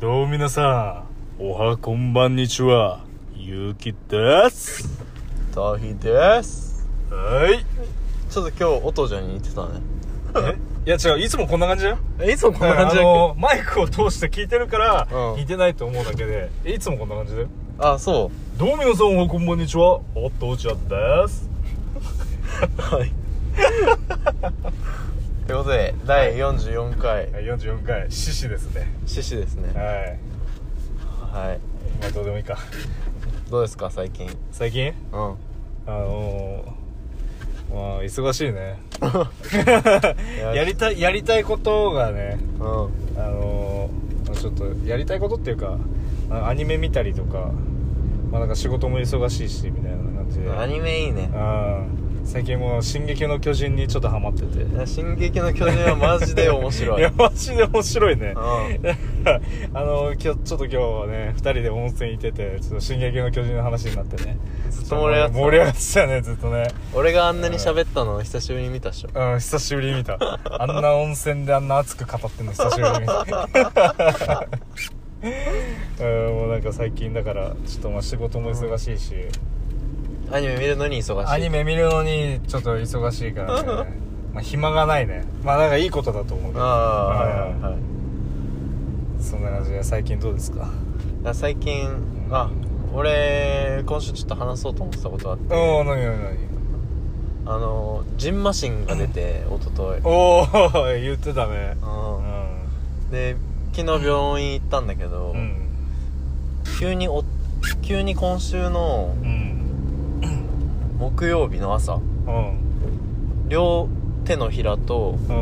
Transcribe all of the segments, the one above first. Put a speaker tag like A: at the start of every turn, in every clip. A: どうも皆さん、おはこんばんにちは、ゆうきです。
B: トヒです
A: はい。
B: ちょっと今日お父ちゃんに似てたね
A: いや違う、いつもこんな感じだよ。
B: えいつもこんな感じ
A: あ
B: だっ
A: のマイクを通して聞いてるから、
B: うん
A: 似てないと思うだけで、えいつもこんな感じだよ。
B: けあそ
A: どうも皆さん、おはこんばんにちは、おとうちゃんです。
B: うはいということで第44回
A: はい、44回、獅子ですね。
B: 獅子ですね
A: はい。
B: はい
A: まあどうでもいいか。
B: どうですか最近
A: 最近
B: うん
A: あのー、まあ、忙しいね。
B: や
A: やりたい、やりたいことがね、
B: うん
A: あのー、ちょっとやりたいことっていうかあアニメ見たりとか,、まあ、なんか仕事も忙しいしみたいな感じで
B: アニメいいね
A: あー最近もう「進撃の巨人」にちょっとハマってて
B: いや進撃の巨人はマジで面白い
A: やマジで面白いね
B: う
A: あのきょちょっと今日はね2人で温泉行っててちょっと「進撃の巨人」の話になってね
B: ずっと盛り上がってた
A: 盛り上がってたねずっとね
B: 俺があんなに喋ったの久しぶりに見たっしょ
A: うん久しぶりに見たあんな温泉であんな熱く語ってんの久しぶりに見た うんもうなんか最近だからちょっとまあ仕事も忙しいし、
B: アニメ見るのに忙しい
A: アニメ見るのにちょっと忙しいから ねまあ暇がないねまあなんかいいことだと思うけ
B: あ
A: ど
B: あ
A: う
B: はい
A: ん
B: はいはい
A: そんな感じで最近どうですか
B: あ最近あ俺今週ちょっと話そうと思ってたことあって
A: おお何何何
B: あのジンマシンが出て一昨日
A: おお 言ってたねう
B: で昨日病院行ったんだけ
A: ん
B: ど、
A: うん
B: 急にお急に今週の
A: うん
B: 木曜日の朝
A: うん
B: 両手のひらと
A: う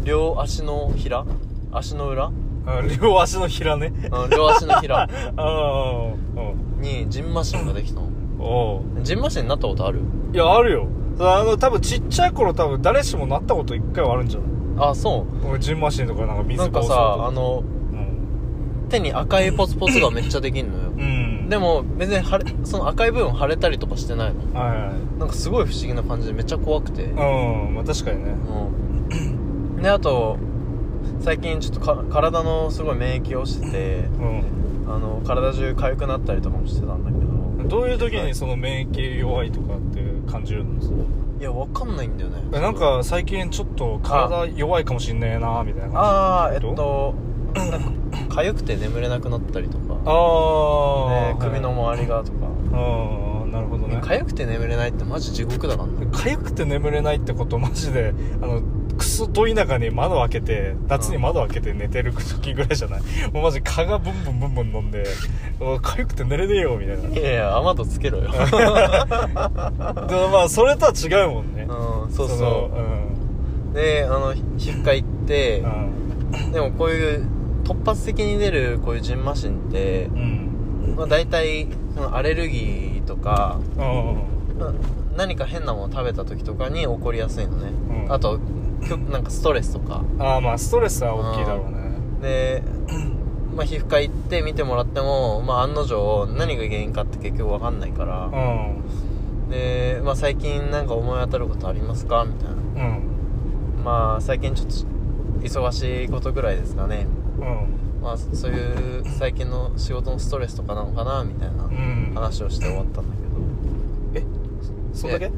A: ん
B: 両足のひら足の裏、
A: あ両足のひらね
B: うん、両足のひら
A: ああうん
B: にジンマシンができたの
A: おう
B: ジンマシンになったことある
A: いやあるよあの多分ちっちゃい頃多分誰しもなったこと一回はあるんじゃない
B: あそ
A: 俺ジンマシンとかなんか
B: う
A: 水
B: なんか
A: こうすると
B: さあの
A: うん、
B: 手に赤いポツポツがめっちゃできんのよ
A: うん、
B: でも別に腫れその赤い部分腫れたりとかしてないの
A: はいはい
B: なんかすごい不思議な感じでめっちゃ怖くて
A: うんまあ確かにね
B: うんであと最近ちょっとか体のすごい免疫をしててあ
A: う
B: の体中痒くなったりとかもしてたんだけど
A: んどういう時にその免疫弱いとかって感じるの
B: いやわかんないんだよね
A: えなんか最近ちょっと体弱いかもしんねえなみたいな
B: ああ
A: 感
B: えっ
A: じ
B: となんか痒くて眠れなくなったりとか、
A: ああ
B: ね、首の周りがとか
A: ああなるほどね
B: 痒くて眠れないってマジ地獄だから ね
A: かゆくて眠れないってことマジであのクソど田舎に窓開けて夏に窓開けて寝てる時ぐらいじゃないもうマジ蚊がブンブンブンブン飲んでおいかゆくて寝れねえよみたいない
B: やいや雨戸つけろ よ
A: でもまあそれとは違うもんね
B: うんそう
A: の
B: そうであの皮膚科行って
A: うん
B: でもこういう突発的に出るこういうジンマシンって
A: うんうん
B: まあ、大体そのアレルギーとか
A: うん
B: な何か変なもの食べた時とかに起こりやすいのね、
A: うん
B: あときょなんかストレスとか
A: ああまあストレスは大きいだろうね
B: で、まあ、皮膚科行って見てもらっても、まあ、案の定何が原因かって結局わかんないか
A: う
B: ら、
A: ん
B: で、まあ、最近なんか思い当たることありますかみたいな
A: うん
B: まあ最近ちょっと忙しいことぐらいですかね
A: うん
B: まあそういう最近の仕事のストレスとかなのかなみたいな
A: うん
B: 話をして終わったんだけど、
A: そんだけ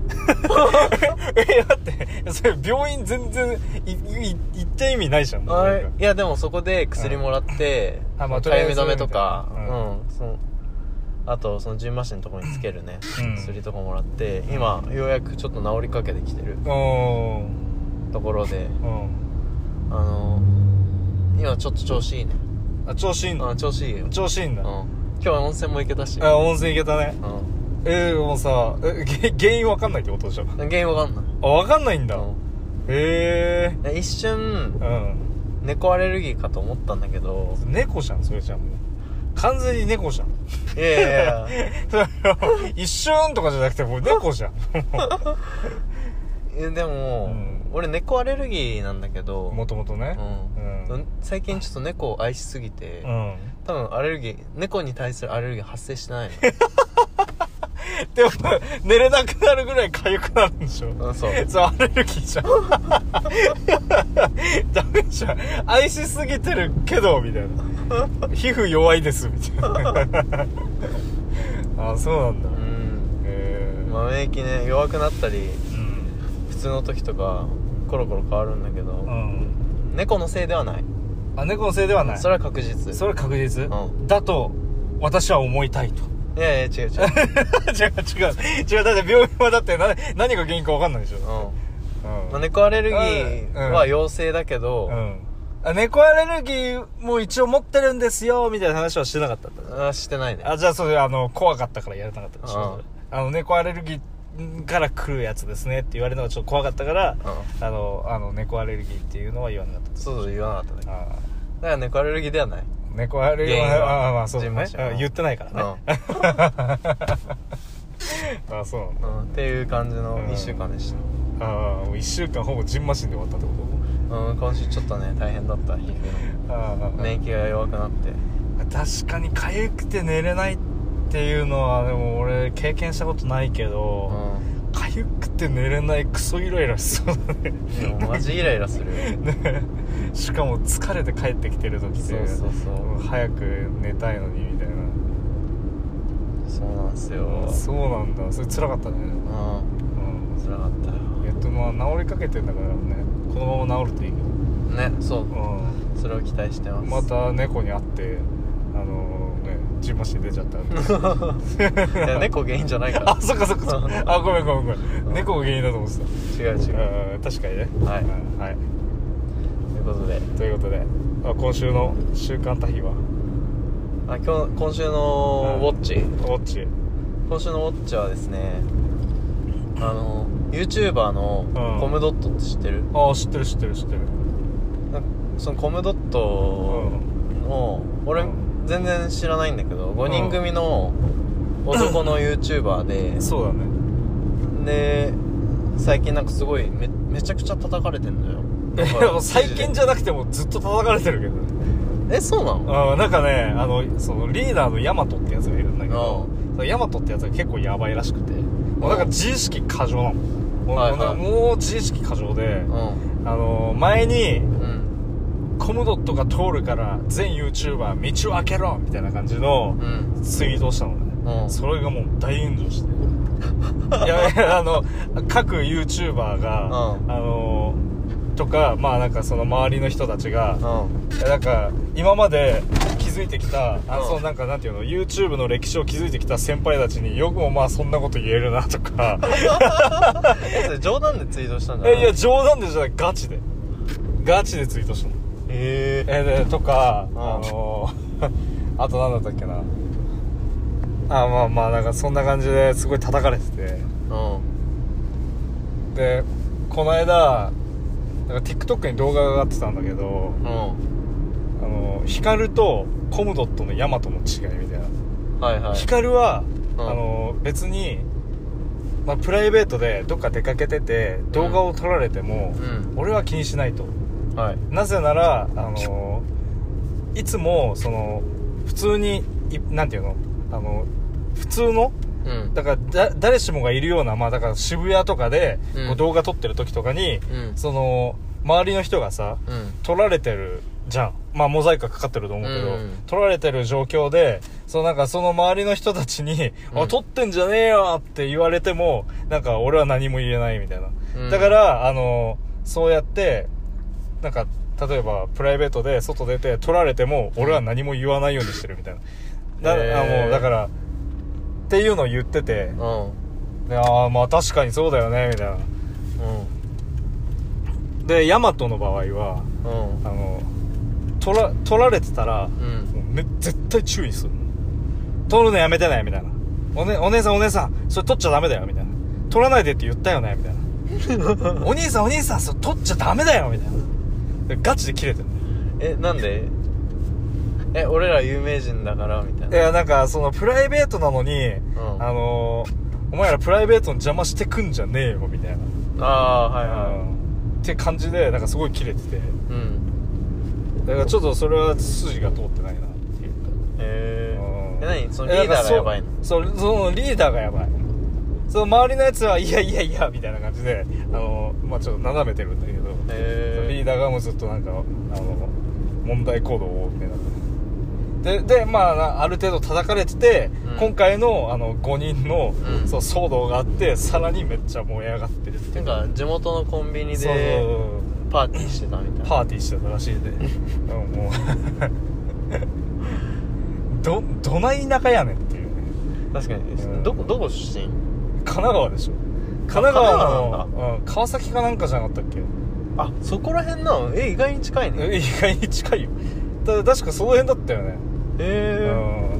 A: え待ってそれ病院全然いい行った意味ないじゃんな
B: あ
A: んか
B: いやでもそこで薬もらって、
A: うんあまあと
B: か
A: りあえ
B: ゆ
A: ず
B: み止めとか、
A: みたいな
B: うん、そのあとそのジンマシンのとこにつけるね、
A: うん
B: 薬とかもらって今ようやくちょっと治りかけてきてる
A: おー
B: ところで
A: うん
B: あの今ちょっと調子いいね
A: あ調子いいんだ
B: あ調子いいよ、うん、
A: 調子いいんだ、
B: 今日は温泉も行けたし、
A: あ温泉行けたね
B: う
A: えー、もうさえげ原因わかんないってことでしょ
B: ん、原因わかんない、
A: あわかんないんだ、
B: う
A: へえ
B: ん、一瞬
A: うん
B: 猫アレルギーかと思ったんだけど
A: 猫じゃんそれじゃんもう完全に猫じゃん
B: いやいやいや
A: それは一瞬とかじゃなくてもう猫じゃん
B: えでも、
A: うん
B: 俺猫アレルギーなんだけど
A: もともとねうん
B: うん、最近ちょっと猫を愛しすぎて、
A: うん
B: 多分アレルギー猫に対するアレルギー発生してないの
A: でも寝れなくなるぐらい痒くなるんでしょ
B: うんそう
A: そうアレルギーじゃ んダメじゃん愛しすぎてるけどみたいな皮膚弱いですみたいな あそうなんだ
B: うん
A: へえ、
B: まあ免疫ね弱くなったり
A: うん
B: 普通の時とかコロコロ変わるんだけど、
A: うん
B: 猫のせいではない
A: あ猫のせいではない
B: それは確実
A: それは確実、
B: うん
A: だと私は思いたいと
B: いやいや違う
A: 違
B: 違う、
A: う違う違うだって病院はだって何何が原因か分かんないでしょ、
B: うん
A: うん
B: まあ、猫アレルギー
A: う
B: は
A: ん
B: 陽性だけど、
A: うんあ猫アレルギーも一応持ってるんですよみたいな話はしてなかったんだ
B: あしてないね
A: あじゃあそれあの怖かったからやれなかったんでしょ
B: うん
A: あの猫アレルギーから来るやつですねって言われるのがちょっと怖かったから
B: う
A: あのあの猫アレルギーっていうのは言わなかった
B: んそうそう言わなかったね
A: あ
B: だから猫アレルギーではない
A: ー猫アレルギー
B: 原因は
A: ああまあそうだ
B: ジンマ
A: ね
B: シン
A: うん言ってないか
B: う
A: ら
B: ん
A: ね、ああそうなん
B: う
A: だ
B: んっていう感じの
A: うん
B: 1週間でした、
A: ああもう1週間ほぼジンマシンで終わったってこ
B: うん、今週ちょっとね大変だった皮膚の
A: とああ
B: 免疫が弱くなって
A: 確かに痒くて寝れないっていうのはでも俺経験したことないけ
B: う
A: ど、
B: ん
A: 痒くて寝れないクソイライラしそうだね
B: でもマジイライラするよ
A: ねしかも疲れて帰ってきてる時って
B: そうそうそう
A: もう早く寝たいのにみたいな
B: そうなんすよ
A: そうなんだそれ辛かったね
B: うん
A: う
B: つらかった
A: んえっとまあ治りかけてんだからねこのまま治るといいけど、
B: よねそう
A: う
B: それを期待してます
A: ん、また猫に会ってあのねジンマシン出ちゃった
B: いや猫原因じゃないか ら
A: あそっかそっかそっか あごめんごめんごめん猫が原因だと思ってた
B: 違う違う
A: うん確かにね
B: はい
A: うんはい
B: ということで
A: ということであ今週の「週刊タヒ」は
B: あ今日今週のウォッチ、
A: どっちうん
B: 今週のウォッチはですねあの YouTuber の
A: うん
B: コムドットって知ってる、
A: あ知ってる知ってる知ってる
B: なんかそのコムドッ
A: う
B: ト
A: ん
B: の、俺
A: うん
B: 全然知らないんだけど5人組の男の YouTuber で、
A: そうだね
B: で最近なんかすごいめめちゃくちゃ叩かれてんだよ
A: え
B: なんか
A: 最近じゃなくてもずっと叩かれてるけどね
B: えそうなの
A: あなんかねあのそのリーダーのヤマトってやつがいるんだけどそのヤマトってやつが結構やばいらしくてもうなんか自意識過剰なのもう,、
B: はいはい
A: もう自意識過剰で
B: う、
A: あの前に
B: んうん
A: コムドットが通るから全 YouTuber 道を開けろみたいな感じの
B: うん
A: ツイートをしたのね、
B: うん
A: それがもう大炎上 していやいやあの各 YouTuber が、
B: うん
A: あのとかまあなんかその周りの人たちが、
B: うん
A: いやなんか今まで気づいてきたあ
B: うん
A: そうなんかなんていうの YouTube の歴史を築いてきた先輩たちによくもまあそんなこと言えるなとか
B: えそれ冗談でツイートしたんじゃ
A: え
B: ない
A: いや冗談でじゃないガチでガチでツイートしたの
B: ええ
A: えでとか、
B: うん
A: あの あと何だったっけなあまあまあなんかそんな感じですごい叩かれてて
B: うん
A: でこの間なんか TikTok に動画が上がってたんだけど
B: うん
A: あの光とコムドットのヤマトの違いみたいな
B: はいはい
A: 光は、
B: うん
A: あの別に、まあ、プライベートでどっか出かけてて動画を撮られても、
B: う
A: 俺は気にしないと
B: んはい
A: なぜならあのいつもその普通にいなんていうのあの普通の
B: うん
A: だからだ誰しもがいるような、まあ、だから渋谷とかで、
B: うん
A: こう動画撮ってる時とかに、
B: うん
A: その周りの人がさ
B: うん
A: 撮られてるじゃんまあモザイクがかかってると思うけど、
B: うんうん
A: 撮られてる状況でそのなんかその周りの人たちに「
B: うん
A: あ撮ってんじゃねえよ!」って言われてもなんか俺は何も言えないみたいな、
B: うん
A: だからあのそうやってなんか例えばプライベートで外出て撮られても俺は何も言わないようにしてるみたいな、
B: へ
A: だあ
B: ー
A: もうだからっていうのを言ってて
B: う、ん
A: でああまあ確かにそうだよねみたいなでヤマトの場合は
B: うんうん
A: あの取ら取られてたら、
B: う
A: も
B: ん
A: うめ絶対注意する取るのやめてねみたいなお,、ね、お姉さんお姉さんそれ取っちゃダメだよみたいな取らないでって言ったよねみたい なお兄さんお兄さんそれ取っちゃダメだよみたいなでガチで切れてる
B: えなんでえ俺ら有名人だからみたい
A: い
B: な
A: やなんかそのプライベートなのに、
B: ん
A: あのお前らプライベートの邪魔してくんじゃねえよみたいな、
B: ああーはい
A: うん
B: は
A: って感じでなんかすごい切れてて
B: いうん
A: だからちょっとそれは筋が通ってないなっていうか
B: へ
A: うん
B: ええ何そのリーダーがやばいの
A: そうそうそのリーダーがやばいその周りのやつはいやいやいやみたいな感じであのまあちょっと斜めてるんだけど、
B: へえ
A: リーダーがもうずっとなんかあの問題行動を多めなででまあなある程度叩かれてて、
B: うん
A: 今回のあの5人の、
B: うん
A: そう騒動があってさらにめっちゃ燃え上がってるって
B: ないん
A: う
B: か地元のコンビニ
A: そうそう
B: でパーティーしてたみたいな
A: パーティーしてたらしい でうん もうどどない田舎やねんっていうね
B: 確かに、
A: うん
B: どこどこ出身
A: 神奈川でしょ神奈
B: 神奈川
A: 川の、うん、川崎かなんかじゃなかったっけ
B: あそこら辺なのえ意外に近いね
A: え意外に近いよただ確かその辺だったよね、
B: え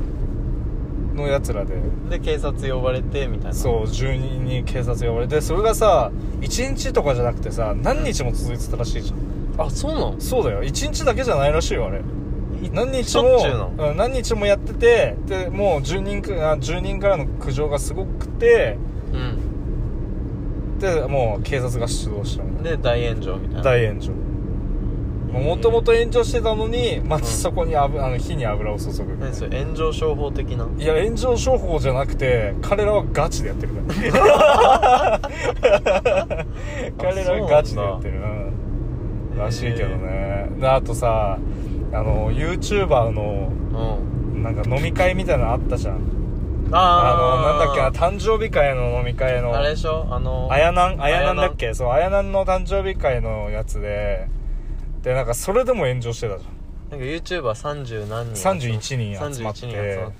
A: うん、のやつらで
B: で警察呼ばれてみたいな
A: そう住人に警察呼ばれてそれがさ1日とかじゃなくてさ何日も続いてたらしいじゃん
B: あそうなの
A: そうだよ1日だけじゃないらしいよあれ何日
B: しょっちゅうな
A: も
B: の、
A: うん、何日もやっててでもう住人かあ住人からの苦情がすごくて
B: うん
A: でもう警察が出動したの
B: で大炎上みたいな
A: 大炎上もともと炎上してたのにまた
B: うん
A: そこに油、あの火に油を注ぐみたい
B: 何
A: な
B: それ炎上商法的ない
A: や炎上商法じゃなくて彼らはガチでやってるから彼らはガチでやってるうんらしいけどねであとさあの YouTuber の
B: うん
A: なんか飲み会みたいなのあったじゃんあの
B: あ
A: なんだっけな
B: っ
A: 誕生日会の飲み会の
B: あれでしょあの
A: あやなんあやなんだっ
B: あ
A: けそうあやなんの誕生日会のやつででなんかそれでも炎上してたじゃ
B: なんか YouTuber 三十何人
A: 31人集まって
B: 31人集まって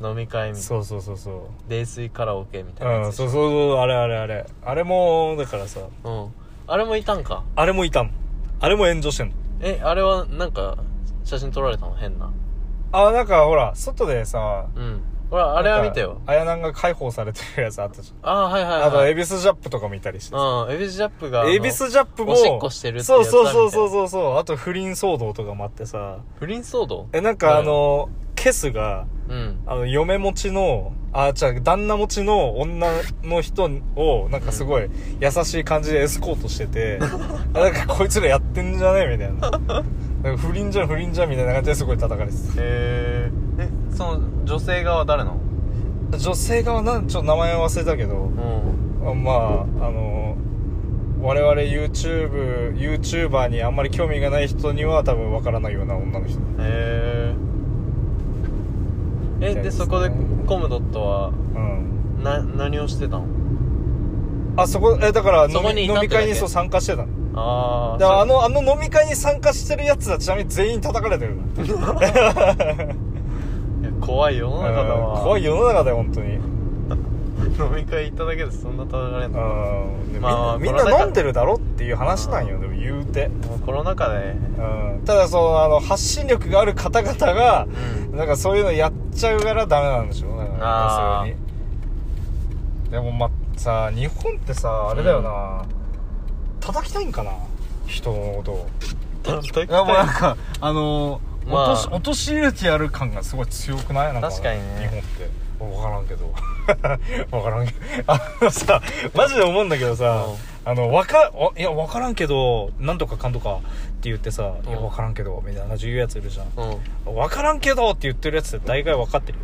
B: 飲み
A: ん
B: 会みたい
A: そうそうそうそう
B: な泥酔カラオケみたいな
A: うん、
B: やつ
A: そ
B: で
A: うそう
B: し
A: そう、あれあれあれ。あれも、だからさ、
B: ょうんあれもいたんか
A: あれもいたもん。あれも炎上してんの。
B: えあれはなんか写真撮られたの変な
A: あ、なんかほら、外でさ、
B: うんほらあれは見てよ
A: あやなんか解放されてるやつあったじ
B: ああーはい
A: ゃん。
B: は
A: あ
B: いは
A: と、
B: い
A: エビスジャップとか見たりしてさ。
B: うんエビスジャップがあの
A: エビスジャップも、
B: おしっこしてるって
A: そ
B: や
A: う
B: つだ
A: そうそう
B: みたい
A: そう
B: な
A: そうそう。あと、不倫騒動とかもあってさ。
B: 不倫騒動
A: え、なんかあの、ケスが、
B: うん
A: あの、嫁持ちの、あ、違う、旦那持ちの女の人を、なんかすごい優しい感じでエスコートしてて、あなんかこいつらやってんじゃねみたいな。なんか不倫じゃん、不倫じゃんみたいな感じですごい叩かれて
B: へえその女性側は誰なの
A: た。女性側なん、ちょっと名前忘れたけど、
B: うん
A: あまあ、あの、我々 YouTube、YouTuber にあんまり興味がない人には多分わからないような女の人。
B: へええでそこでコムドットは
A: うん。
B: な何をしてたの
A: あ、そこ、え、だから飲
B: そこに
A: み
B: いた
A: 飲
B: って
A: み会に
B: だけ
A: そう参加してたの。
B: ああ
A: だからあのあの飲み会に参加してるやつはちなみに全員叩かれて る
B: 怖い世の中だわ
A: 怖い世の中だよ本当に
B: 飲み会行っただけでそんな叩かれんの
A: うんで
B: まあ
A: みん
B: コ
A: なみ
B: ロナ
A: んな
B: 禍
A: 飲んでるだろっていう話なんよでも言うて、
B: もうコロナ禍で
A: うん、ただそのあの発信力がある方々が
B: う
A: なんかそういうのやっちゃうからダメなんでしょだから
B: あー
A: 要するにでもまあさ日本ってさあれだよな、叩きたいんかな人のことを
B: 叩きたい
A: いやもうなんかあのー
B: まあ
A: 落とし落とし入れてやる感がすごい強くないなんか
B: 確かにね
A: 日本って分からんけど 分からんけどあのさマジで思うんだけどさ、あのわかおいや分からんけどなんとかかんとかって言ってさ「いや
B: うん
A: 分からんけど」みたいな感じで言うやついるじゃん
B: うんうん
A: 「分からんけど」って言ってるやつって大概分かってる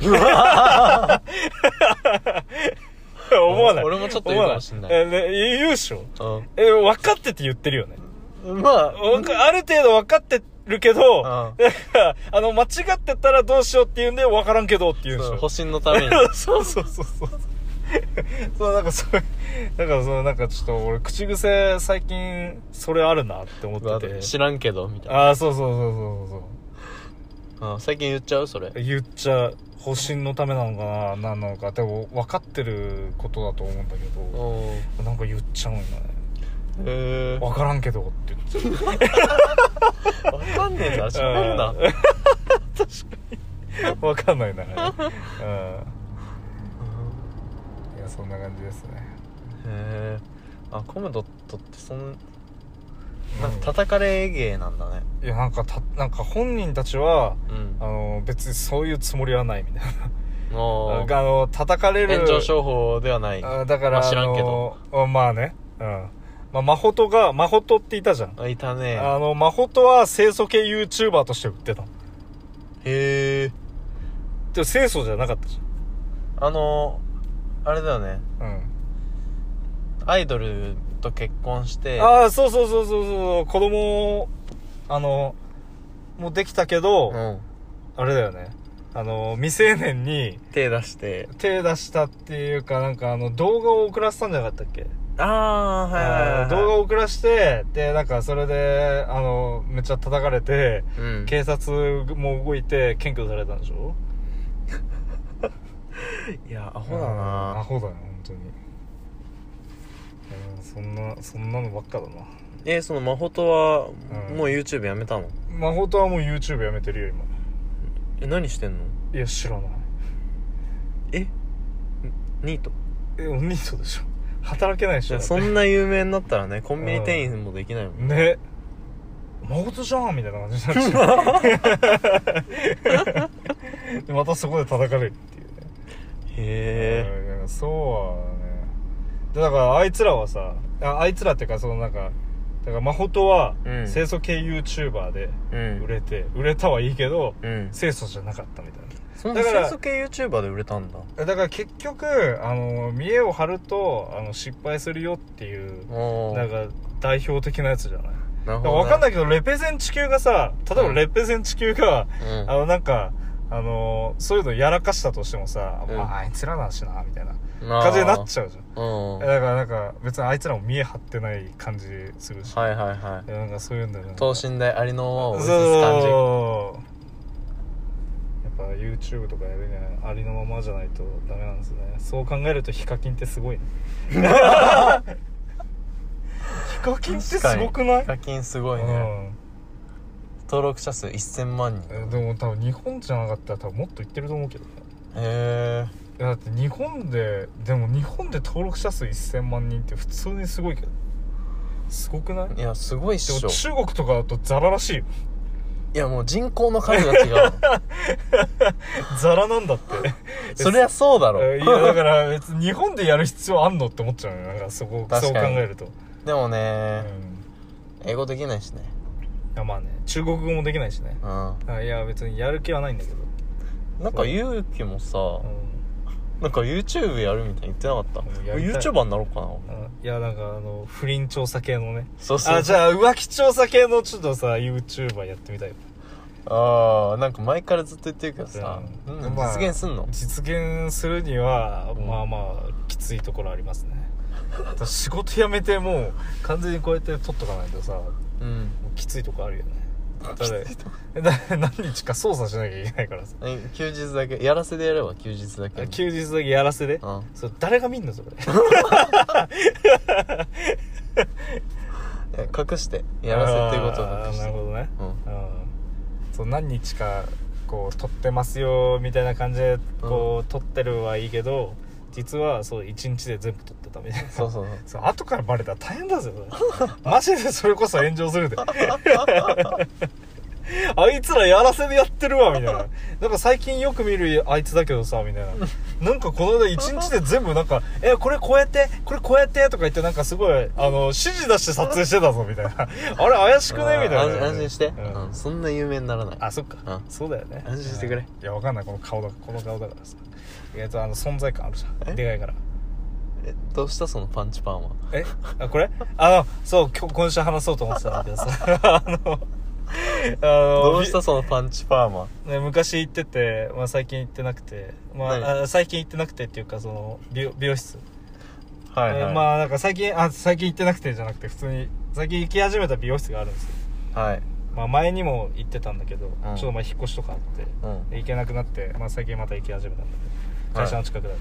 A: 思わない
B: 俺もちょっと言うかもしんない
A: 思わえね言うっしょ
B: うん
A: え分かってって言ってるよね
B: まあ、
A: わかある程度分かってるけど、なんか、あの、間違ってたらどうしようって言うんで、分からんけどって言うんでし
B: そう
A: ょ
B: 保。身のために。う
A: そうそうそうそう。 そう、なんかそういう、なんかその、なんかちょっと俺、口癖最近、それあるなって思
B: わ
A: ってて。
B: 知らんけど、みたい
A: ああ、そうそうそうそうそう
B: な。うん最近言っちゃうそれ。
A: そう。言っちゃ、保身のためなのかな、なんなのか。でも、分かってることだと思うんだけど、
B: おへ
A: なんか言っちゃうんよね。
B: え。
A: 分からんけどって言っちゃう
B: わかんねえな、知らんな。
A: うん確かにわかんないな、うんいやそんな感じですね
B: へえ。あ、コムドットってそん、なんか叩かれ芸なんだね。
A: いやなんかたなんか本人たちは
B: うん
A: あ。の別にそういうつもりはないみたいな
B: も
A: あの叩かれ
B: う、
A: る
B: 炎上商法ではない。
A: あだから、
B: まあ知らんけ
A: どまあねうんまあ、マホトが、マホトっていたじゃん。
B: あ、いたね。
A: あの、マホトは清楚系 YouTuber として売ってたの。
B: へえ。
A: でも清楚じゃなかったじ
B: あの、あれだよね。
A: ゃん。うん。
B: アイドルと結婚して、
A: ああ、そうそうそうそうそう、子供、あの、もうできたけど、
B: うん。
A: あれだよねあの未成年に
B: 手出して
A: 手出したっていうかなんかあの動画を送らせたんじゃなかったっけ
B: ああはいはいはい、
A: あ
B: は
A: の
B: い、
A: 動画を送らせてでなんかそれであのめっちゃ叩かれて
B: うん、
A: 警察も動いて検挙されたんでしょ
B: いやアホだ
A: うんア
B: な
A: ホだよ本当にうんそんなそんなのばっかだな
B: えその真帆とは
A: うん
B: もう YouTube やめたの、
A: 真帆とはもう YouTube やめてるよ今
B: え何してんの
A: いや知らない
B: えんニート
A: えお兄とでしょ働けないでし
B: い
A: ょ
B: や
A: だって
B: そんな有名になったらねコンビニ店員もできないもん
A: ね真帆とじゃんみたいな感じになっち ゃうでまたそこで叩かれるっていうね
B: へ
A: うんなんかそうはねでだからあいつらはさああいつらっていうかそのなんかだから真帆とは
B: うん
A: 清楚系 YouTuber で
B: えうん
A: 売れて、売れたはいいけど
B: うん
A: 清楚じゃなかったみたいな
B: そんな
A: だから
B: 清楚系 YouTuber で売れたんだ
A: だから結局あの見栄を張るとあの失敗するよっていう
B: おー
A: なんか代表的なやつじゃない
B: なるほど、ね、
A: わかんないけどレペゼン地球がさ例えば
B: うん
A: レペゼン地球が、
B: うん
A: あのなんかあのそういうのやらかしたとしてもさ、
B: うん
A: まああいつらだしなみたいな
B: な
A: 感じになっちゃうじゃん
B: うん
A: だからなんか別にあいつらも見え張ってない感じするし、
B: はいはいはい
A: なんかそういうんだよね
B: 等身大ありのままを
A: そ
B: 映
A: う
B: す感じ
A: やっぱ YouTube とかやるにはありのままじゃないとダメなんですねそう考えるとヒカキンってす ごいねヒカキンってすごくない
B: 課金すごいね、登録者数1000万人
A: う
B: へ
A: ん、でも多分日本じゃなかったら多分もっといってると思うけどね
B: え
A: いやだって日本ででも日本で登録者数1000万人って普通にすごいけどすごくない
B: いやすごいっ
A: で
B: し
A: も
B: ょ
A: 中国とかだとザラらしいよ
B: いやもう人口の数が違う
A: ザラなんだって
B: そりゃそうだろ
A: えいやだから別に日本でやる必要あんのって思っちゃうよなんかそこ
B: 確か
A: そう
B: に
A: 考えると、
B: でも
A: うん、い
B: ね英語できないしね
A: やまあね中国語もできないしね
B: うん
A: あいや別にやる気はないんだけど、
B: なんかゆうきもさ
A: う
B: なんか YouTube やるみたいに言ってなかった
A: うんやりたい、
B: YouTuber になろうかなん
A: あいやなんかあの不倫調査系のね
B: そうそう
A: あじゃあ浮気調査系のちょっとさ YouTuber やってみたいよ
B: ああなんか前からずっと言ってるけどさ、
A: う
B: うんん
A: まあ
B: 実現すんの
A: 実現するには、
B: うん
A: まあまあきついところありますねあと仕事辞めてもう完全にこうやって取っとかないとさ
B: うん
A: きついとこあるよねだ
B: きつ
A: ってだ何日か操作しなきゃいけないからさ
B: え休日だけやらせでやれば休日だけ
A: 休日だけやらせで
B: うん
A: そう誰が見んのそれ
B: え隠して やらせっていうことを
A: あー
B: 隠し
A: なる
B: て
A: ほどね
B: うん
A: うんそう何日かこう撮ってますよみたいな感じでこう、撮ってるはいいけど実はそう1日で全部撮ってたみたいな
B: そうそうそう
A: そう後からバレたら大変だぜそれ マジでそれこそ炎上するで あいつらやらせでやってるわみたいななんか最近よく見るあいつだけどさみたいななんかこの間一日で全部なんか 「えこれこうやってこれこうやって」とか言ってなんかすごいあの指示出して撮影してたぞみたいな あれ怪しくねみたい
B: あー
A: な
B: 安安心して、
A: うん
B: うんそんな有名にならない
A: あそっか
B: うん
A: そうだよね
B: 安心してくれ
A: いやわかんないこの顔だこの顔だからさ意外とあの存在感あるじゃん
B: え
A: でかいから
B: えどうしたそのパンチパンは
A: えあこれあのそう今日今週話そうと思ってたんだけどさ あのあの
B: どうしたそのパンチパーマ
A: ね、昔行ってて、まあ、最近行ってなくて、まあ、
B: 何
A: あ最近行ってなくてっていうかその美容美容室、
B: は
A: えーまあなんか最近あ最近行ってなくてじゃなくて普通に最近行き始めた美容室があるんですよ、
B: はい
A: まあ、前にも行ってたんだけど、
B: ん
A: ちょっとまあ引っ越しとかあって
B: うん
A: で行けなくなって、まあ、最近また行き始めたんだけど
B: はい
A: 会社の近くだか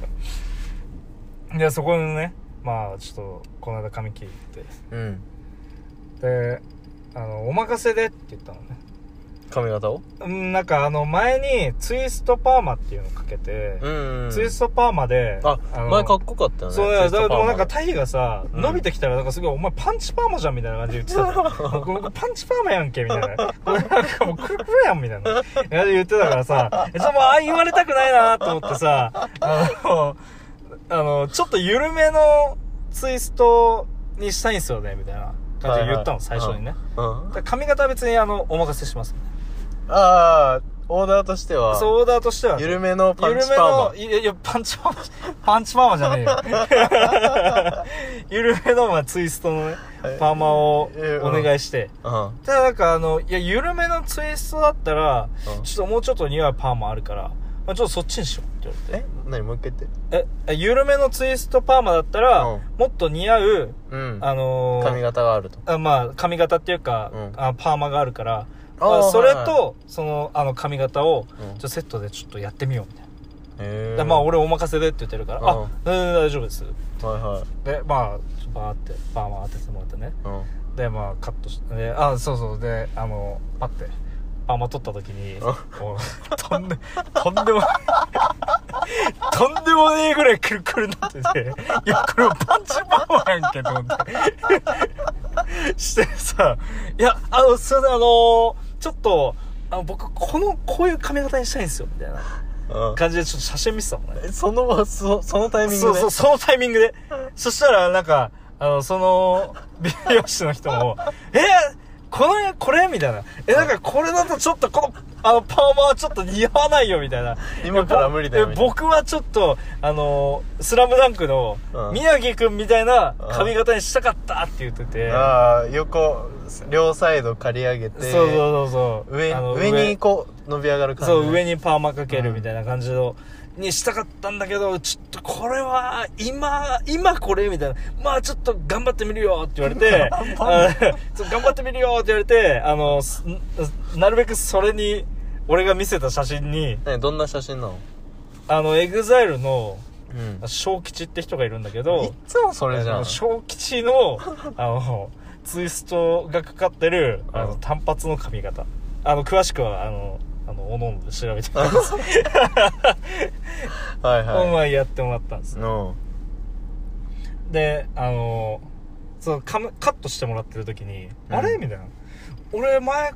A: ら、でそこのねまあちょっとこの間髪切って
B: うん
A: であの「お任せで」って言ったのね
B: 髪型を
A: うんなんかあの前にツイストパーマっていうのかけて、
B: ん
A: ツイストパーマで
B: あ
A: の
B: 前かっこよかったよね
A: そう
B: ツ
A: だ
B: イス
A: からで
B: トパー
A: も
B: マ
A: なんかタイがさ、
B: うん
A: 伸びてきたらなんかすごい「お前パンチパーマじゃん」みたいな感じで言ってたじ ゃん僕僕パンチパーマやんけ」みたいな「これなんかもうくるくるやん」みたいな感じで言ってたからさ「えちょっともうああ言われたくないな」と思ってさあのあのちょっと緩めのツイストにしたいんですよねみたいな感じで言ったの、
B: はいはい
A: 最初にね、
B: うん
A: だから髪型は別にあのお任せします
B: ああオーダーとしては
A: そうオーダーとしてはね
B: 緩めのパ ン
A: 緩
B: チ
A: め
B: パ
A: の、いやいや、パンチパーマ、パンチパーマじゃねえよ。 緩めの、まあ、ツイストのね
B: はい、
A: パーマを
B: えうん
A: お願いして。
B: ーマ
A: ただなんかあの、いや、緩めのツイストだったら
B: うん、
A: ちょっともうちょっと似合うパーマあるから、まあ、ちょっとそっちにしようって
B: うんえ何もう一回言って
A: 言われて。え、緩めのツイストパーマだったら、
B: うん
A: もっと似合う、
B: うん
A: あのー
B: 髪型があると
A: あまあ、髪型っていうか、
B: うん
A: あパーマがあるから、
B: あー
A: まあそれと、
B: はいは
A: その、あの髪型を、
B: うん
A: ちょセットでちょっとやってみようみたいな。
B: へ
A: でまあ俺お任せでって言ってるから「
B: うん
A: あうん大丈夫です
B: はいは」
A: でまあバーってバーマー当ててもらってね
B: い
A: でまあカットしてであそうそうであのパッてパーマ取った時に
B: うん
A: もうとんでとんでもとんでもねえぐらいくるくるになってていやこれパンチパーマやんけと思ってしてさ「いやあのすいませんあのちょっとあの僕このこういう髪型にしたいんですよ」みたいな
B: うん
A: 感じでちょっと写真見せたもんね
B: えその場そそのタイミング
A: そう
B: で
A: そう、そのタイミングで。そしたら、なんか、あの、そ の、美容師の人も、えこの、これみたいな。え、なんかこれだとちょっと、この、あの、パーマはちょっと似合わないよ、みたいな。
B: 今から無理だよ
A: え
B: みたいな
A: 僕はちょっと、あの、スラムダンクの
B: う、ん
A: 宮城くんみたいな髪型にしたかったって言ってて。
B: ああ横両サイド刈り上げて
A: そうそうそうそう。
B: 上
A: あの
B: 上にこう伸び上がる感じ
A: そう、上
B: に
A: にパーマかけるみたいな感じの、にしたかったんだけど、ちょっとこれは、今、今これみたいな。まあちょっと頑張ってみるよって言われて、あそう頑張ってみるよって言われて、あの、すんなるべくそれに、俺が見せた写真に、
B: どんな写真なの
A: あの、エグザイルの、
B: うん
A: 小吉って人がいるんだけ
B: い
A: ど、
B: つもそれじゃ
A: あ
B: ん
A: の小吉の、あの、ツイストがかかってる、あ
B: う
A: の、
B: ん
A: 単発の髪型。あの、詳しくは、あの、あの、おのおので調べてください。こ
B: はい
A: の
B: は
A: 前やってもらったんです
B: いの
A: であのーそのカムカットしてもらってる時に「
B: うん
A: あれ?」みたいな「俺前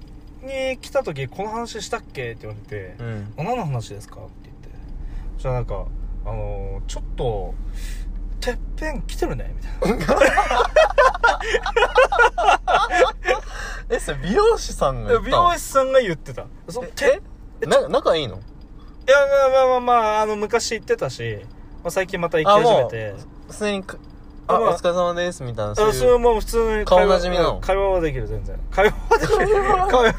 A: に来た時この話したっけ?」って言われて
B: うん
A: 「あ何の話ですか?」って言ってそしたらなんか「あのーちょっとてっぺん来てるね」みたいな
B: えそれ美容師さんが言った
A: 美
B: の
A: 容師さんが言ってたそのて
B: えな仲いいの
A: いやまあまあまあまああの昔言ってたし、まあ、最近また行き始めて
B: 普通にかあ
A: あまあ
B: お疲れ様ですみたいな
A: あそれ
B: う
A: はもう普通に
B: 顔
A: 会話
B: なじみなの
A: うん会話はできる全然会話はできる会話はで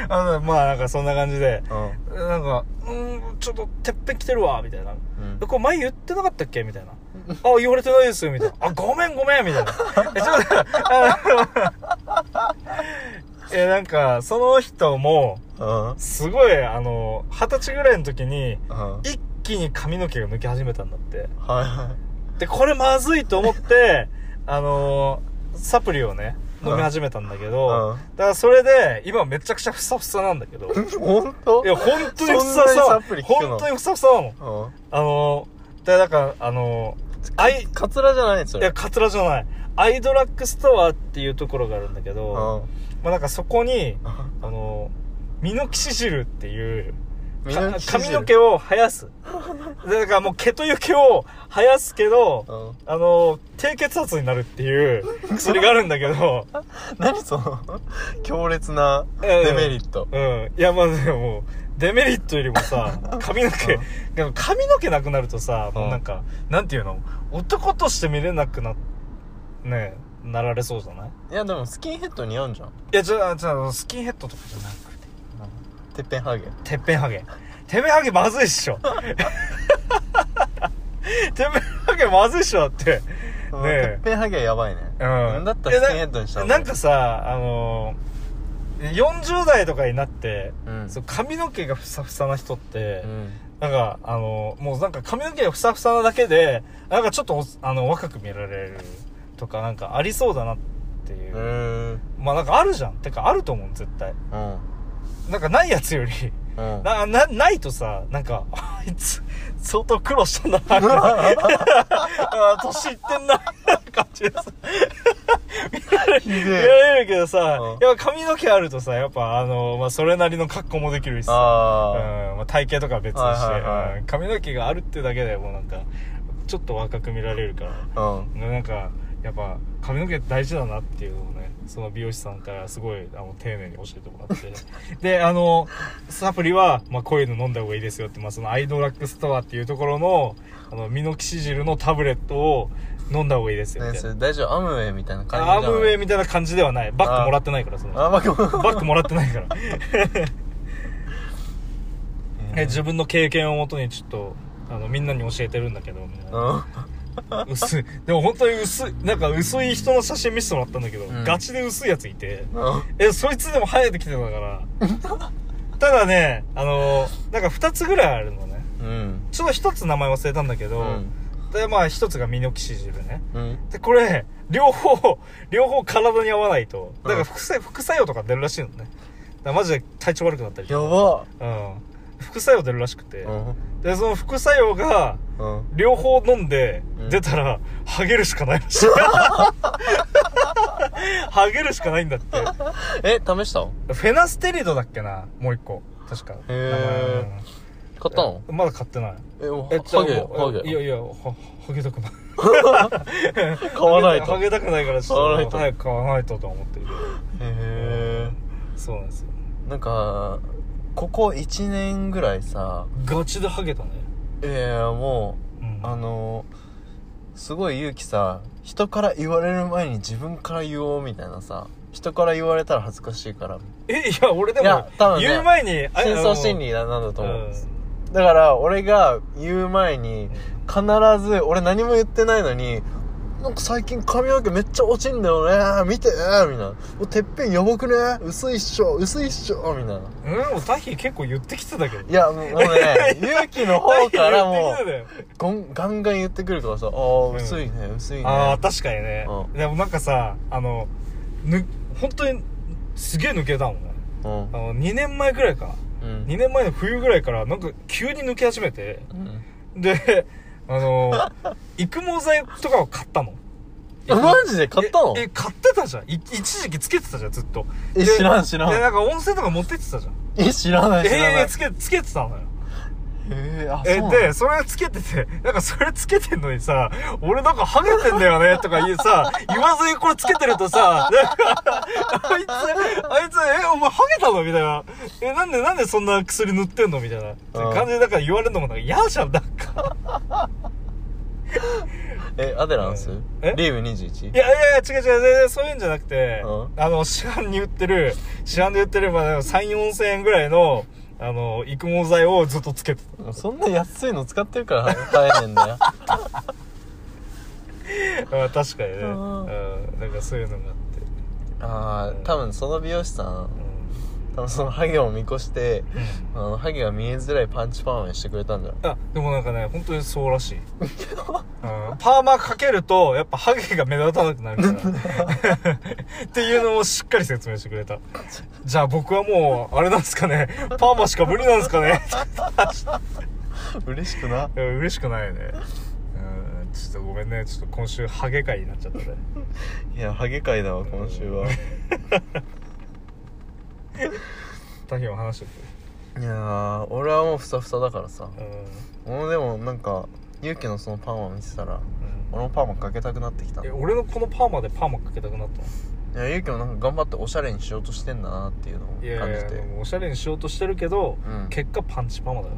A: あのまあなんかそんな感じで
B: うん
A: なんか「うーんちょっとてっぺん来てるわ」みたいな
B: うん
A: 「これ前言ってなかったっけ?」み たいな「あ言われてないです」みたいな「あごめんごめん」みたいな「えちょっとあの いやなんかその人も
B: うん
A: すごいあの二十歳ぐらいの時に
B: うん
A: 一気に髪の毛が抜け始めたんだって
B: はいはい
A: でこれまずいと思って あのーサプリをね飲み始めたんだけど、
B: うん
A: だからそれで今めちゃくちゃふさふさなんだけど い
B: 本当
A: や本当にふさ
B: そんな
A: ふ
B: にサプ
A: さ
B: リ効くの
A: 本当にふさふさなの
B: うん
A: あのーでだからあのーアイい
B: カツラじゃないのそれ
A: やカツラじゃないアイドラッグストアっていうところがあるんだけ
B: う
A: ど、
B: ん
A: まあなんかそこに
B: うん
A: あのーミノキシジルっていう
B: みん
A: か
B: な知ってる
A: 髪の毛を生や すだからもう毛という毛を生やすけど、
B: うん
A: あの、低血圧になるって いう薬があるんだけど、
B: 何その強烈な
A: ええ
B: デメリット、
A: うん。いや、まあでも、デメリットよりも さ、髪の毛、でも髪の毛なくなるとさ、もうなんか、なんていうの男として見れなくな、ねえ、なられそうじゃない
B: いやでもスキンヘッド似合うんじゃん
A: いや、じゃあ、じゃあ、スキンヘッドとかじゃなくて、
B: てっぺんハゲ
A: てっぺんハゲ。てっぺんハゲまずいっ しょ。てっぺんハゲまずいっしょだって。
B: うん
A: ねえ
B: てっぺんハゲはやばいね
A: うん。
B: だったらスキンヘッドにした
A: いや
B: 方
A: なん
B: が
A: かさ、あのー、40代とかになって、
B: うん
A: そう髪の毛がふさふさな人って、
B: うん
A: なんか、あのー、もうなんか髪の毛がふさふさなだけで、なんかちょっとおあの若く見られるとか、なんかありそうだなっていうう。
B: ーん
A: まあなんかあるじゃん。てかあると思う、絶対。
B: うん
A: なんかないやつより、
B: うん
A: な、な、ないとさ、なんか、あいつ、相当苦労したんだな、みたい なあー年いってんな、みたいな感じでさ、見られる、
B: ひでえ
A: 見られるけどさ、
B: うん
A: やっぱ髪の毛あるとさ、やっぱあの、まあ、それなりの格好もできるしさ、うん
B: あ
A: まあ、体型とかは別にして、
B: はいはいはい
A: うん髪の毛があるってだけでもうなんか、ちょっと若く見られるから、
B: あうん
A: なんか、やっぱ髪の毛大事だなっていうのをねその美容師さんからすごいあの丁寧に教えてもらって であのサプリは、まあ、こういうの飲んだ方がいいですよって、まあ、そのアイドラックストアっていうところのあのミノキシジルのタブレットを飲んだ方がいいですよみ
B: ね
A: たい
B: そ
A: な
B: れ大丈夫アムウェイみたいな感じ
A: アームウェイ
B: イ
A: みたいな感じではないバッグもらってないからその人
B: あまあごめん
A: バッグもらってない からえ自分の経験をもとにちょっとあのみんなに教えてるんだけどみたいな
B: うん
A: 薄いでも本当に薄いなんか薄い人の写真見せてもらったんだけど、
B: うん
A: ガチで薄いやついて
B: うん
A: えそいつでも生えてきてたから ただねあのなんか2つぐらいあるのね
B: うん
A: ちょっと1つ名前忘れたんだけど、
B: うん
A: でまあ1つがミノキシジルね
B: うん
A: でこれ両方両方体に合わないとだか
B: うん
A: ら副作用副作用とか出るらしいのねだからマジで体調悪くなったり
B: や
A: と
B: ば
A: かうん副作用出るらしくて、
B: うん
A: でその副作用が
B: うん
A: 両方飲んで
B: うん
A: 出たら、ハゲるしかないら しいハゲるしかないんだって
B: え試したの
A: フェナステリドだっけなもう一個確か
B: へー買ったの
A: うんまだ買ってない
B: えもう
A: えじゃあ
B: ハゲ
A: もう
B: ハゲ
A: いやいやはハゲたくない
B: 買わないと
A: ハ
B: へ
A: ゲたくないからちょっ
B: 買わないと
A: 早く買わないととは思ってるけど
B: え
A: そうなんですよ
B: なんかここ1年ぐらいさ
A: ガチでハゲたね
B: いやいやも
A: う
B: うんあのすごい勇気さ人から言われる前に自分から言おうみたいなさ人から言われたら恥ずかしいから
A: えいや俺で
B: いや
A: も
B: 多分ね
A: 言う前にあ
B: 深層心理ななんだと思う、だから俺が言う前に必ず俺何も言ってないのになんか最近髪の毛めっちゃ落ちんだよね見てみたいなもうてっぺんやばくね薄いっしょ薄いっしょみたいな
A: うんうんタヒ結構言ってきてたけど
B: いやもうもう ね勇気の方からも
A: タヒ言ってきて
B: う
A: たよ
B: ゴンガンガン言ってくるからさああ
A: ん
B: 薄いね薄いね
A: ああ確かにね
B: うん
A: でもなんかさあのぬ本当にすげえ抜けたもんね
B: うん
A: あの2年前ぐらいか
B: うん
A: 2年前の冬ぐらいからなんか急に抜け始めて
B: うん
A: であ の育毛剤とかを買ったの
B: えマジで買ったの
A: ええ買ってたじゃんい一時期つけてたじゃんずっと
B: え
A: で
B: 知らん知ら
A: で
B: ん
A: なんか温泉とか持ってってたじゃん
B: え知らない知らない
A: ええ
B: へ
A: つけつけてたのよ
B: えあそう
A: え
B: なの
A: でそれつけててなんかそれつけてんのにさ俺なんかハゲてんだよねとか言うさ言わずにこれつけてるとさなんかあいつあいつえお前ハゲたのみたいなえなんでなんでそんな薬塗ってんのみたいな感じでなんか言われるのもなんか嫌じゃんなんか
B: えアデランス
A: え
B: リーブ 21?
A: いやいやいや違う違う全然そういうんじゃなくて、
B: う
A: あの市販に売ってる市販で売ってるまあ34000円ぐらいのあの育毛剤をずっとつけてた
B: そんな安いの使ってるから買えねえんだよ
A: あ確かにね、う
B: うん
A: ん、なんかそういうのがあって、
B: ああ多分その美容師さん多分そのハゲを見越してあのハゲが見えづらいパンチパーマにしてくれたんじゃない
A: あでもなんかね本当にそうらしい、うん、パーマかけるとやっぱハゲが目立たなくなるからっていうのをしっかり説明してくれたじゃあ僕はもうあれなんですかねパーマしか無理なんですかね
B: 嬉しくな
A: うん嬉しくないよねうんちょっとごめんねちょっと今週ハゲ会になっちゃったね
B: いやハゲ界だわ今週は
A: タヒも話して
B: いやー俺はもうふさふさだからさ
A: てうん
B: もうでもなんか勇気のそのパーマ見てたら俺もパーマかけたくなってきた
A: え
B: い
A: 俺のこのパーマでパーマかけたくなったの
B: や勇気もなんか頑張っておしゃれにしようとしてんだなっていうのを感
A: い
B: じ
A: やいや
B: て
A: もうおしゃれにしようとしてるけど、
B: うん
A: 結果パンチパーマだよ、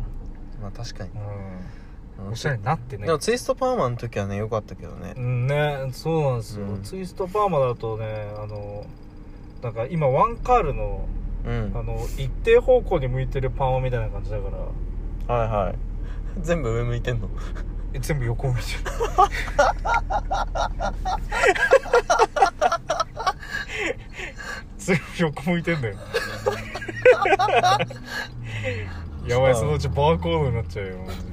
B: まあ確かに
A: うん、おしゃれになってね
B: でもツイストパーマの時はね良かったけどね
A: うんねそうなんですよ、
B: うん
A: ツイストパーマだとねあのなんか今ワンカールの
B: うん
A: あ
B: はい
A: の一定方向に向いてるパーマみたいな感じだから
B: はい 全部上向いてんの
A: え全部横向いてる全部横向いてんだよやばいそのうちバーコードになっちゃうよマジで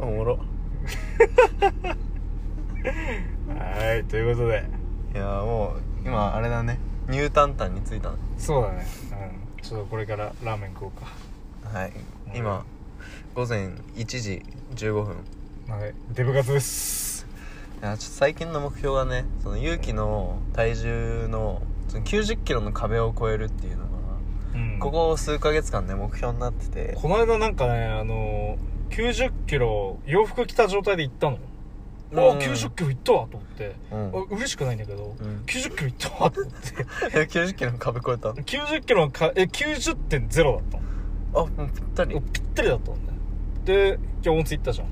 B: おもろ
A: はいということで
B: いやーもう今あれだねニュータンタンについたね
A: そうだねうんちょっとこれからラーメン食おうか
B: はい今午前1時15分
A: はいデブ活です
B: いやちょっと最近の目標がねその勇気の体重のその90キロの壁を越えるっていうのが、
A: うん
B: ここ数ヶ月間ね目標になってて
A: この間なんかねあの90キロ洋服着た状態で行ったのうわ90キロいったわと思って、
B: うん
A: う嬉しくないんだけど、
B: うん
A: 90キロいったわと思って
B: え90キロの壁越えたあ
A: 90キロのかえ90.0だったの
B: もうぴったり
A: ぴったりだったんだよで今日温泉行ったじゃん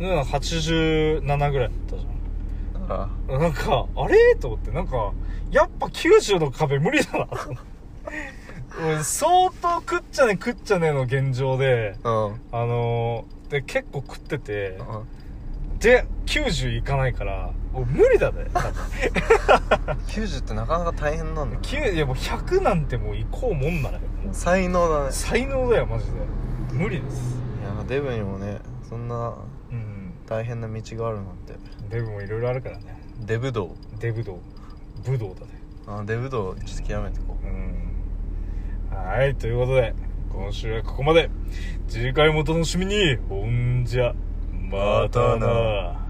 A: うん87ぐらいだったじゃん
B: あ
A: なんか、あれと思って、なんか、やっぱ90の壁無理だな。俺相当食っちゃね食っちゃねの現状で、
B: うん
A: あのー、で、結構食ってて、
B: うん
A: で、90いかないから、もう無理だね。
B: 90ってなかなか大変なんだ
A: 9いやもう100なんてもういこうもんならよ。もう
B: 才能だね
A: 才能だよ、マジで。無理です。
B: いやデブにもねそんな
A: うん。
B: 大変な道があるなんて
A: デブもいろいろあるからね。
B: デブ道
A: デブ道。武道だね。
B: あデブ道ちょっと極めてこ
A: うんはい、ということで、今週はここまで。次回もお楽しみに。ほんじゃ、またな。